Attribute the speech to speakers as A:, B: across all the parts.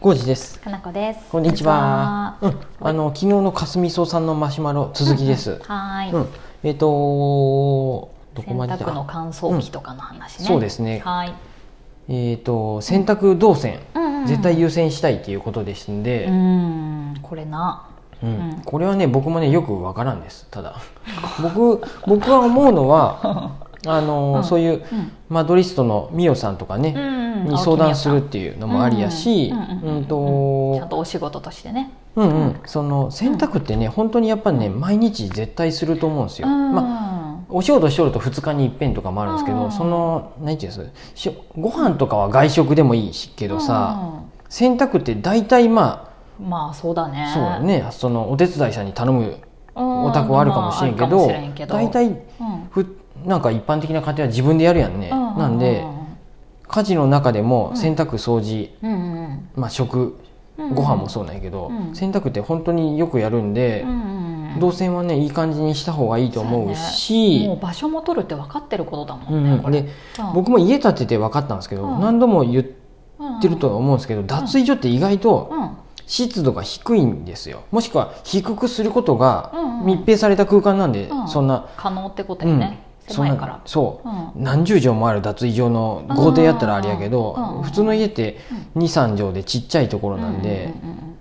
A: ゴージです。
B: かなこです。
A: こんにちは。うん、あの昨日のかすみそさんのマシュマロ続きです。
B: はーい。
A: うん、えっ、とどこ
B: 洗
A: まで
B: 濯
A: だ。
B: の乾燥機とかの話
A: う
B: ね。
A: んそうですね
B: はーい。
A: えっ、と洗濯動線、
B: うんうん
A: 絶対優先したいということですん
B: う
A: で、
B: ん、これな。
A: うん
B: うん
A: これはね僕もねよくわからんです。ただ僕僕は思うのはあのー
B: うん
A: そういう
B: うん。
A: マドリストのミオさんとかね、
B: ん
A: に相談するっていうのもありやし、
B: うん
A: うんと
B: ちゃんとお仕事としてね。
A: うんうん、その洗濯ってね、本当にやっぱね毎日絶対すると思うんですよ、まあ、
B: ま
A: お仕事しとると2日に一遍とかもあるんですけど、
B: うん
A: その何て言うんですしご飯とかは外食でもいいしけ
B: け
A: どさ、洗濯って大体ま
B: うん、まあそうだ
A: あ
B: ね。
A: そうだねそのお手伝いさんに頼む
B: うん。
A: お宅はあるかもしれんけど
B: まああるかもしれんけど
A: 大体
B: うん
A: ふなんか一般的な家庭は自分でやるやんね、
B: う
A: なんで家事の中でも
B: うん
A: 洗濯掃除、
B: うんうん
A: まあ、食
B: うん。
A: ご飯もそうなんやけど、
B: うん
A: 洗濯って本当によくやるんで、
B: うんうん。
A: 動線はねいい感じにした方がいいと思うし
B: もう場所も取るって分かってることだも
A: うん
B: んね。
A: うん
B: これ
A: で、僕も家建てて分かったんですけど、
B: うん
A: 何度も言っ
B: 言
A: てると。は思うんですけど、脱衣所って意外と
B: うん。
A: 湿度が低いんですよもしくは低くすることが
B: うんうん
A: 密閉された空間なんで、
B: うん
A: そんな、
B: 可能ってこと
A: う
B: よ
A: ん
B: ね。
A: そん
B: 狭いか
A: な
B: ら。
A: そう、
B: うん。
A: 何十畳もある脱衣所の豪邸やったらあれやけど、
B: うんうん
A: 普通の家って23畳でちっちゃいところなんで、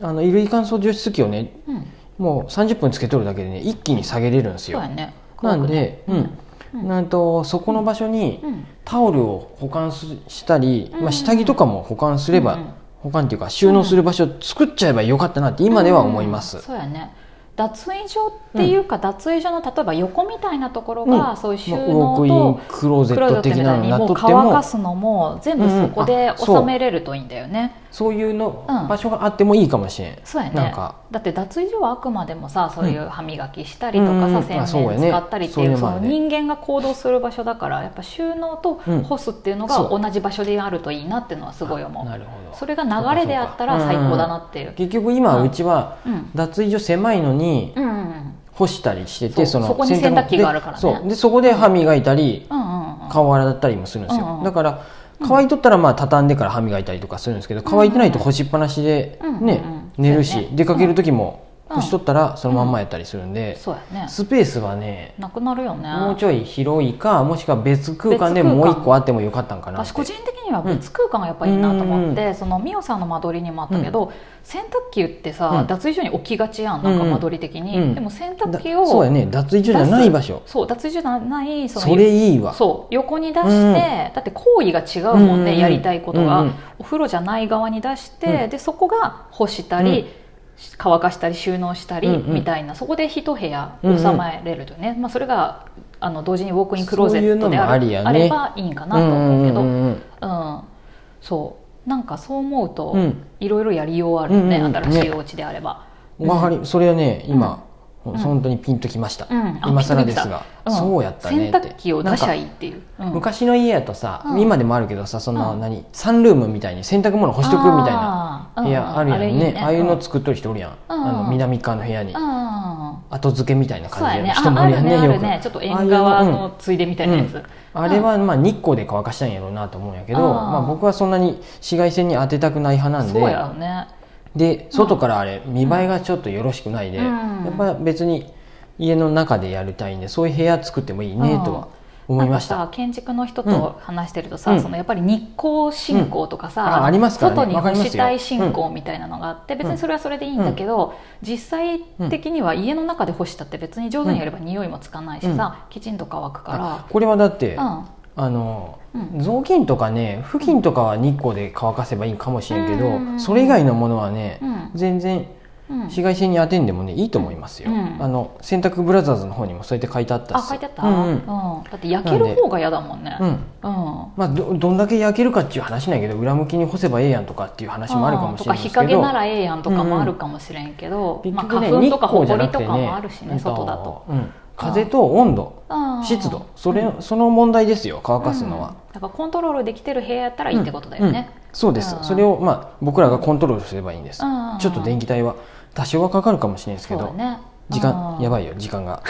A: あの衣類乾燥除湿機をね
B: うんうんうんうん、うん
A: もう30分つけとるだけでね一気に下げれるんです
B: そう
A: よ
B: やね
A: なんで、うん
B: うん
A: なんとそこの場所に
B: うん
A: タオルを保管すしたり、
B: うん
A: まあ、下着とかも保管すれば、
B: うんうん
A: 保管っていうか収納する場所を作っちゃえばよかったなって今では思います、
B: うんそうやね脱衣所っていうか、脱衣所の例えば横みたいなところが、
A: うん
B: そういう収
A: まあウォークイ
B: 納
A: ンクロー
B: と
A: ゼ
B: クロ
A: ッ
B: ーゼ
A: ト
B: ット
A: 的
B: み
A: な
B: た
A: の
B: い
A: に
B: に
A: なっ
B: も
A: と
B: う
A: って
B: 乾か
A: も
B: すのも全部そこ
A: うんう
B: で
A: んあそう
B: 収めれるといいんだよね、
A: そういうの、
B: うん
A: 場所があってもいいかもしれん
B: そうやね
A: なんか
B: だって脱衣所はあくまでもさそういう歯磨きしたりとか
A: うん
B: さ、
A: あそう
B: 洗
A: や
B: 面
A: ね
B: 使ったりって
A: そう
B: い,、
A: いううの
B: そ
A: もあ
B: の
A: るね
B: 人間が行動する場所だからやっぱ収納と
A: うん
B: 干すっていうの
A: そ
B: が
A: う
B: 同じ場所であるといいなっていうのはすごい思う、
A: なるほ
B: そ
A: ど
B: れが流れであったら最高だなっていう。
A: 結局今うちは
B: うん
A: 脱衣所狭いのに
B: うんうん
A: 干したりしてて、
B: そう
A: の
B: そこに洗濯機があるから
A: で
B: ね
A: そうでそこで歯磨いたり、
B: うんうんうん
A: 顔洗ったりもするんですよ、
B: うんうん
A: だから乾いとったらまあ畳んでから歯磨いたりとかするんですけど乾いてないと干しっぱなしで
B: うんうん
A: ね、
B: うん
A: 寝る
B: そう
A: し、
B: やね
A: 出かける時も
B: うん
A: 干しとったらそのまんまやったりするんで、
B: そうやね
A: スペースはね
B: なくなるよね
A: もうちょい広いかもしくは別空間でもう一個あってもよかったんかなって
B: 私個人的には別空間がやっぱいいなと思って、その美桜さんの間取りにもあったけど、洗濯機ってさ、
A: うん
B: 脱衣所に置きがちやん
A: うん
B: な
A: うんん
B: か間取り的に、
A: うん
B: でも洗
A: だ
B: 濯機を
A: そうやね脱衣所じゃない場所
B: そう脱衣所じゃない
A: そ
B: の
A: れいいわ
B: そう横に出して、
A: うん
B: だって行為が違うもんね、
A: うんうん
B: やりたいことが、
A: うんうん
B: お風呂じゃない側に出して、
A: う
B: でそこが干したり、
A: うん
B: 乾かしたり収納したり
A: うんうん
B: みたいな、そこで一部屋
A: うんうん
B: 収まれるとね、まあ、それがあの同時にウォークインクローゼ
A: そういう
B: ッ
A: の
B: トで
A: も
B: あ
A: あ
B: る
A: りやね
B: あればいいんかなと思うけど、
A: う
B: うんん
A: うんうん
B: そうなんかそう思うと、
A: うん
B: いろいろやりようあるよね、
A: うんうん
B: 新しいお家であれば。
A: うんわかりそれはね今、
B: ん
A: 本当にピンときました、
B: うんあ
A: 今更ですが、
B: びっくりしたん
A: そうやったねっ
B: 洗
A: て
B: 濯機を
A: な
B: 出
A: ん
B: し
A: か
B: ゃいいっていう、うん
A: 昔の家やとさ、
B: うん
A: 今でもあるけどさその
B: うん
A: 何、サンルームみたいに洗濯物干しとくみたいな
B: あー
A: 部屋あるやん
B: うんうんれいい
A: ね,、ああいうの
B: うん
A: 作っとる人おるやん、
B: うん
A: あの南側の部屋に、
B: あ
A: 後付けみたいな
B: ーそう
A: 感じ
B: や
A: で、
B: ね
A: 人も
B: あ
A: お
B: あ
A: るやん
B: るね
A: ね
B: あ
A: よ
B: る
A: く
B: ねちょっと縁側
A: ああいう
B: のついでみたいなやつ、
A: うんあれはまあ日光で乾かしたんやろうなと思うんやけど、
B: うん
A: まあ、僕はそんなに紫外線に当てたくない派なんで
B: そうやよね
A: で外からあれ見栄えがちょっとよろしくないで、
B: うん
A: やっぱ別に家の中でやりたいんでそういう部屋作ってもいいねとは思いまし
B: な
A: た。
B: んかさ建築の人と話してるとさ、
A: うん
B: そのやっぱり日光信仰とかさ、
A: うんあありますからね
B: 外に
A: わか
B: 干
A: りますよ
B: したい信仰みたいなのがあって、別にそれはそれでいいんだけど、実際的には家の中で干したって別に上手にやれば匂いもつかないしさ、きちんと乾く
A: あ
B: か
A: これはだって、
B: ら、うん
A: あの、
B: うん
A: 雑巾とかね布巾とかは日光で乾かせばいいかもしれんけど、
B: うん
A: それ以外のものはね、
B: うん
A: 全然
B: うん、
A: 紫外線に当てんでもねいいと思いますよ、
B: うん
A: あの洗濯ブラザーズの方にもそうやって書いてあった
B: あ
A: し
B: 書いてあった、
A: うんう
B: うんんだって焼ける方が嫌だもんね
A: うん
B: うん
A: まあ、どどんだけ焼けるかっていう話なんやけど裏向きに干せばええやんとかっていう話もあるかもしれない
B: うん
A: で
B: と
A: す
B: か
A: け
B: 日陰
A: ど
B: ならええやんとかもあるかもしれんけど、
A: 結
B: まあ、
A: 局ね
B: 花粉
A: 日
B: とか
A: 光じゃ
B: 埃
A: な
B: と
A: く
B: か
A: て
B: もあるしね
A: ね
B: 外だと、
A: うん風と温度
B: うん
A: 湿度それ、その問題ですよ乾かすのは、
B: うんだからコントロールできてる部屋やったらいいってことだよね、
A: うんそうです、
B: うん
A: それを、まあ、僕らがコントロールすればいいんです、
B: うん
A: ちょっと電気代は多少はかかるかもしれないですけ
B: そうだ
A: ど、
B: ね
A: 時間や
B: ばい
A: ばいよ時間 が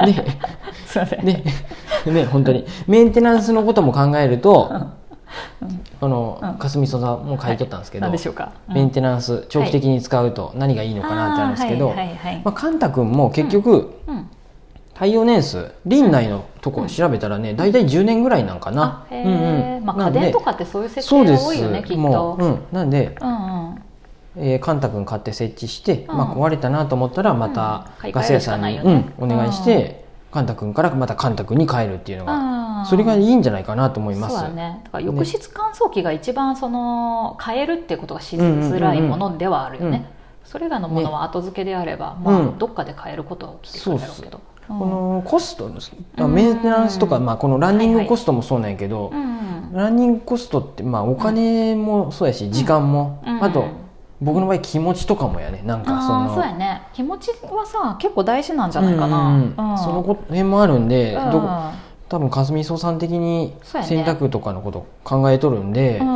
A: ね
B: すいません
A: ねね本当にメンテナンスのことも考えるとあの、
B: うん
A: かすみそさんも書いとったんですけど、
B: 何でしょうか、うん
A: メンテナンス長期的に使うと何がいいのかなってあるんですけど、
B: あーはいはいはい
A: まあ、カンタ君も結局
B: うん
A: 耐用年数輪内のとこ調べたらね大体10年ぐらいなんかな
B: あ、へえ、
A: うんうん
B: まあ
A: な
B: 家
A: んで
B: 電とかってそういう設
A: そう
B: 定
A: で
B: が
A: す
B: 多いよねきっと
A: もう、うん、なんで、
B: うんうん
A: えー、カンタ君買って設置して、
B: うん
A: まあ、壊れたなと思ったらまた
B: うん
A: ガス屋さんに、
B: 買い替えるしか
A: う
B: ないよ
A: ん、
B: ね
A: お願いして、カンタ君からまたカンタ君に変えるっていうのが、
B: あー
A: それがいいんじゃないかなと思いま
B: そう
A: す
B: だねだから浴室乾燥機が一番その変えるってことがし
A: うんうんうんうん
B: づらいものではあるよね、
A: うん
B: それらのものは後付けであれば、
A: う
B: ま
A: ん
B: あ、どっかで変えることは起きてくるだろうけどうん
A: このコストの
B: うん
A: メンテナンスとか、まあ、このランニン
B: はい
A: グ
B: はい
A: コストもそうなんやけど、
B: うん
A: ランニングコストって、まあ、お金もそうやし、時間も、
B: うん
A: あと僕の場合気持ちとかもやねなんかそ
B: あ
A: の
B: あそうやね気持ちはさ結構大事なんじゃないかな、
A: う
B: うん
A: うんうんその辺もあるんで、
B: うん
A: どこ多分かすみそさん的に
B: そうやね
A: 洗濯とかのこと考えとるんで、
B: うん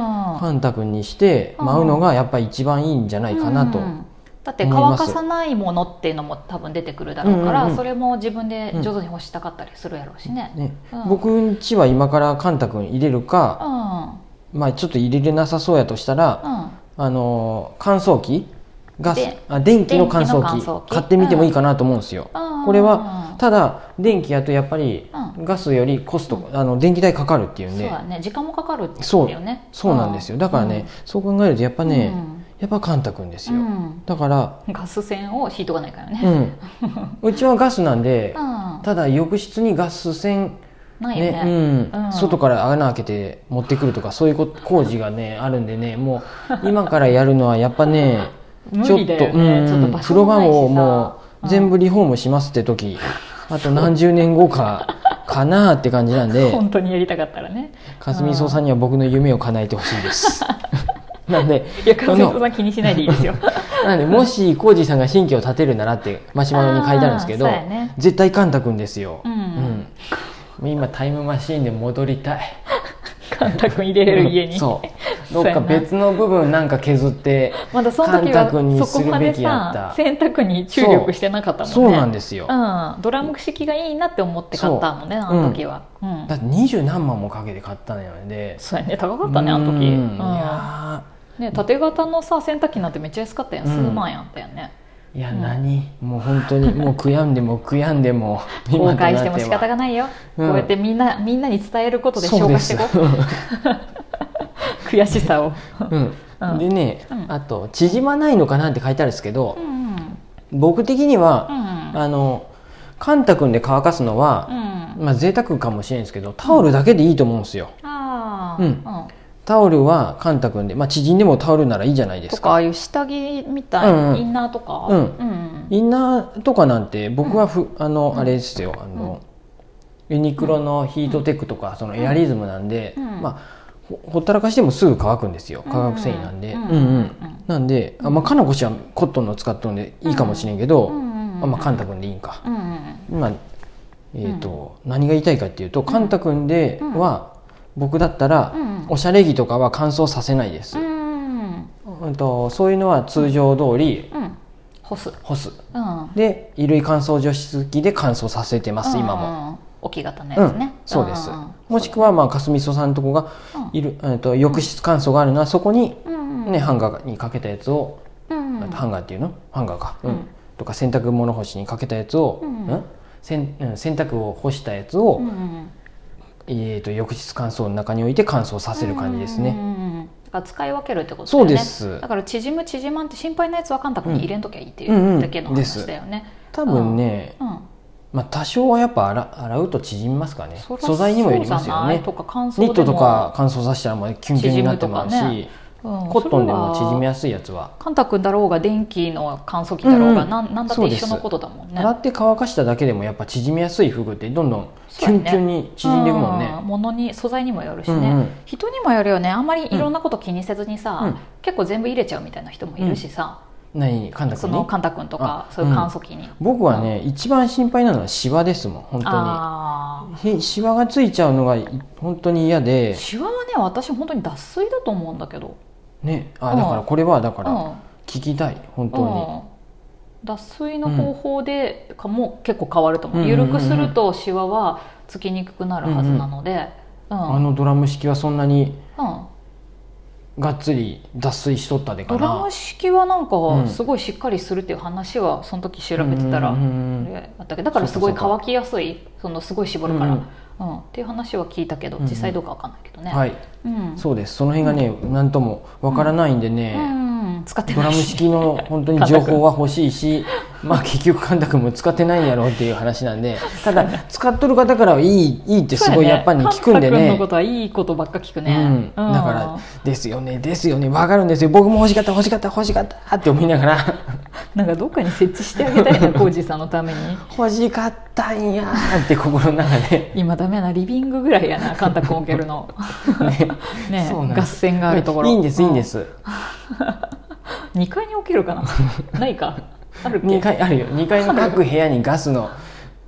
A: カンタ君にして舞うのがやっぱり一番いいんじゃないかなと、
B: うんだって乾かさないものっていうのも多分出てくるだろうか
A: う
B: ら、
A: んうんうん
B: それも自分で徐々に干したかったりするやろうしね、
A: ね
B: うん
A: 僕んちは今からカンタ君入れる
B: う
A: か、
B: んうん
A: まあ、ちょっと入れれなさそうやとしたら、あのー乾燥機ガス
B: で
A: あ電気の乾燥
B: 電
A: 機
B: 気の乾燥機
A: 買ってみてもいいかなと思うんですよ、これはただ電気やとやっぱり
B: う
A: ガスよりコスト、あの電気代かかるっていうん
B: そう
A: で
B: だね時間もかかるって
A: そ
B: 言
A: う
B: だよね
A: そうなんですよだからね、そう考えるとやっぱ
B: うん
A: ね、やっぱカンタ君です
B: う
A: よ、
B: ん
A: だから
B: うんガス栓を引いとかないから
A: う
B: ね、
A: んうちはガスなんで
B: う、ん
A: ただ浴室にガス栓
B: ないよ
A: ね
B: ね
A: うん
B: うん
A: 外から穴開けて持ってくるとかそういうこと工事がねあるんでねもう今からやるのはやっぱね
B: 無
A: ちょ
B: 理
A: っ
B: だ
A: と
B: よね
A: うん
B: ちょっと場
A: 風
B: 所
A: 呂
B: も
A: 場
B: ないしさ
A: をもう全部リフォームしますって 時、あと何十年後かかなって感じなんで
B: 本当にやりたかったらね
A: かすみそうさんには僕の夢を叶えてほしいです なんで
B: いや関
A: あ
B: 節
A: の
B: さん気にしないでいいですよ
A: なんでもし浩二さんが新居を建てるならってマシュマロに書いてあるんですけど、
B: あーそうやね
A: 絶対カンタ君ですよ、
B: うん
A: うん今タイムマシーンで戻りたい
B: カンタ君入れれる家に
A: そうどっ
B: そうや
A: か
B: な
A: 別の部分なんか削って
B: まだその時
A: カンタ君に
B: はそこます
A: るべ
B: で
A: きやった
B: さ洗濯に注力してなかったもんね
A: そうなん
B: す
A: ですよ、
B: うん、ドラム式がいいなって思って買ったもんね
A: そう
B: あの時は、うん
A: だって二十何万もかけて買ったのよね
B: そうやね高かったねあの
A: うん
B: 時、うん
A: いや
B: ね、縦型のさ洗濯機なんてめっちゃ安かったやん、
A: うん
B: 数万円あったよね
A: ーいや
B: うん
A: 何、もう本当にもう悔やんでも悔やんでも
B: 後悔しても仕方
A: が
B: がないよ、
A: うん
B: こうやってみんなみんなに伝えることで
A: そ
B: 消
A: う
B: 化
A: で
B: して
A: す
B: いこう 悔し さを
A: うん
B: うん
A: でね、
B: うん
A: あと「縮まないのかな」って書いてあるんですけど
B: う、んうん
A: 僕的に
B: う
A: は、
B: ん
A: あのカンタ君で乾かすの
B: う
A: は、
B: ん
A: まあ贅沢かもしれないんですけどタオルだけでいいと思うんですよ、
B: ああ、
A: うんタオルはカンタ君で、まあ、縮んでもタオルならいいじゃないで
B: と
A: す
B: か
A: か
B: ああいう下着みたいな、
A: うんうん
B: インナーとか、
A: うん
B: うん
A: インナーとかなんて僕はふ、あのあれですよあの、ユニクロのヒートテックとかそのエアリズムなんで、
B: うん
A: まあほほったらかしてもすぐ乾くんですよ化学繊維なんで、
B: う
A: うんん
B: う
A: うんん
B: うん
A: なんであ、まあ、かなこしはコットンの使っとるんでいいかもしれんけど、
B: うん
A: あまあ、カンタ君でいいんか
B: うんうん
A: 今、えーと何が言いたいかっていうとカンタ君では、僕だったら、
B: うん
A: おしゃれ着とかは乾燥させないです
B: う、ん
A: うんとそういうのは通常通り
B: うん干す
A: 干す
B: うん
A: で衣類乾燥除湿機で乾燥させてます今も、
B: も置き型の
A: う
B: やつね、
A: ん、そうです
B: ん
A: もしくはまあかすみそさんとこがいる、えっと浴室乾燥があるのはそこに、
B: うん
A: ね、ハンガーにかけたやつを、
B: うんうん
A: ハンガーっていうのハンガーか、うん
B: うん
A: とか洗濯物干しにかけたやつを、
B: うん
A: せんうん洗濯を干したやつを、
B: うんうん
A: えー、と浴室乾燥の中に置いて乾燥させる感じですね、
B: うんうんうんだから使い分けるってことだ
A: そ
B: よ
A: う
B: ね
A: です
B: だから縮む縮まんって心配なやつはカンタ君に入れんときゃいいってい
A: うんうんう
B: うんだけの話だよね、
A: 多分ね、
B: うん
A: まあ、多少はやっぱ洗洗うと縮みますかね
B: そら
A: 素材にもよりますよ
B: そうじゃない
A: ね
B: とか乾燥で
A: ニ
B: も
A: ットとか乾燥させたらもうキュンキュンになってますし、
B: 縮むとかねうん
A: コットンでも縮み
B: や
A: やすいやつは
B: カンタ君だろうが電気の乾燥機だろうが、
A: うん
B: なんなんだって一緒のことだもんね
A: 洗って乾かしただけでもやっぱ縮みやすい服ってどんどんキ
B: そ
A: ュ
B: うや
A: ン
B: ね
A: キュンに縮んでいくもんね
B: う物に素材にもよるしね、
A: うんうん
B: 人にもよるよねあんまりいろんなこと気にせずにさ、
A: うん
B: 結構全部入れちゃうみたいな人もいるしさ、
A: 何神田
B: そ
A: 君
B: の
A: に
B: カンタ君とか
A: あ
B: そういう乾燥機に、
A: 僕はね一番心配なのはシワですもん本当
B: ああ
A: にへシワがついちゃうのがい本当に嫌で
B: シワはね私本当に脱水だと思うんだけど
A: ね
B: う
A: あ
B: ん
A: だからこれはだか
B: う
A: ら
B: ん
A: 聞きたい本当に
B: うん脱水の方法でかも結構変わると思う、
A: うん
B: 緩くするとシワはつきにくくなるはずなので、うん
A: あのドラム式はそんなに
B: うん
A: がっつり脱水しとったでか
B: ド
A: な
B: ラム式はなん
A: うん
B: かすごいしっかりするっていう話はその時調べてたら
A: うんうんうんうん
B: あったけどだからすごい乾きやすいそのすごい絞るから、
A: う
B: うんんっていう話は聞いたけど
A: うんうん
B: 実際どうかわかんないけどね、
A: はい
B: うん
A: そうですその辺がね何ともわからないんで
B: う
A: ね、
B: ん使って
A: ド
B: な
A: ラ
B: い
A: ム
B: し
A: 式の本当に 情報は欲しいしまあ結局神田君も使ってないんやろうっていう話なん でただ使っとる方からはいいいいってすごいやっぱり聞くんで
B: そう
A: ね
B: やカンタ君のことはいいことばっか聞くね、
A: うん、だから「ですよねですよねわかるんですよ僕も欲しかった欲しかった欲しかった」って思いながら
B: なんかどっかに設置してあげたいな浩二さんのため に
A: 「欲しかったんや」って心の中で、
B: 今ダメやなリビングぐらいやなカンタ君置け るのね
A: そうなんです
B: 合戦があるところ
A: いいんですいいんですす、
B: 2階に置けるか なないかあるっけ
A: 2階あるよ2階の各部屋にガスの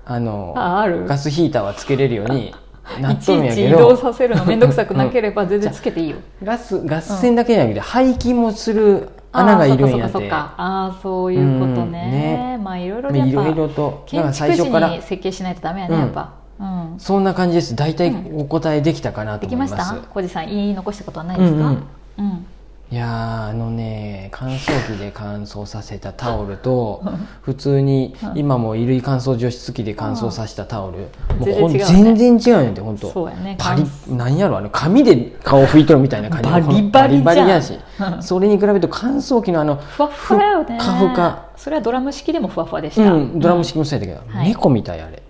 A: あの
B: あある
A: ガスヒーターはつけれるようになっ
B: いち
A: とるん
B: い
A: や
B: ち
A: け
B: 移動
A: ど
B: させるの面倒くさくなければ全然つけていいよ
A: ガスガス栓だけじゃなくて排気もする穴がいるんや
B: あーそっかそっかそっ
A: で
B: かあーそういうことね,、まあいろいろでやっ
A: いろい
B: ぱ
A: ろとだから
B: 建
A: 最
B: 築
A: 初か
B: 士に
A: ら
B: 設計しないとダメやね、
A: うん
B: やっぱ、うん、
A: そんな感じです大体
B: う
A: お答えできたかなと
B: で
A: 思い
B: き
A: ま、
B: ますした小路さん言い残したことはないですか、
A: う
B: うんん
A: うんいやーあのね乾燥機で乾燥させたタオルと普通に今も衣類乾燥除湿機で乾燥させたタオル
B: うん
A: もうほん
B: 全然違う
A: 全
B: ね
A: 然違うんやで本当
B: そうやね
A: パリ何やろあの紙で顔拭いとるみたいな感じ
B: バリバリじゃん
A: やしそれに比べると乾燥機のあの
B: ふわっふわよね
A: ふっかふか
B: それはドラム式でもふわふわでし
A: う
B: た、
A: んドラム式もそうやったけど、
B: はい
A: 猫みたいあれ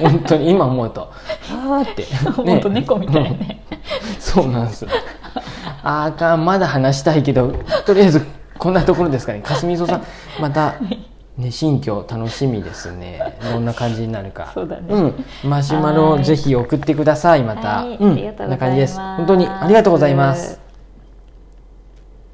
A: 本当に今思う とあーって
B: 本当猫みたい
A: うん
B: ね
A: そうなんですあーあかんまだ話したいけどとりあえずこんなところですかねかすみそさんまた、ね、新居楽しみですねどんな感じになるか
B: そうだね
A: うん、マシュマロをぜひ送ってくださいまた、
B: はい
A: うん
B: ありがと
A: こ
B: うございます
A: んな感じです本当にありがとうございます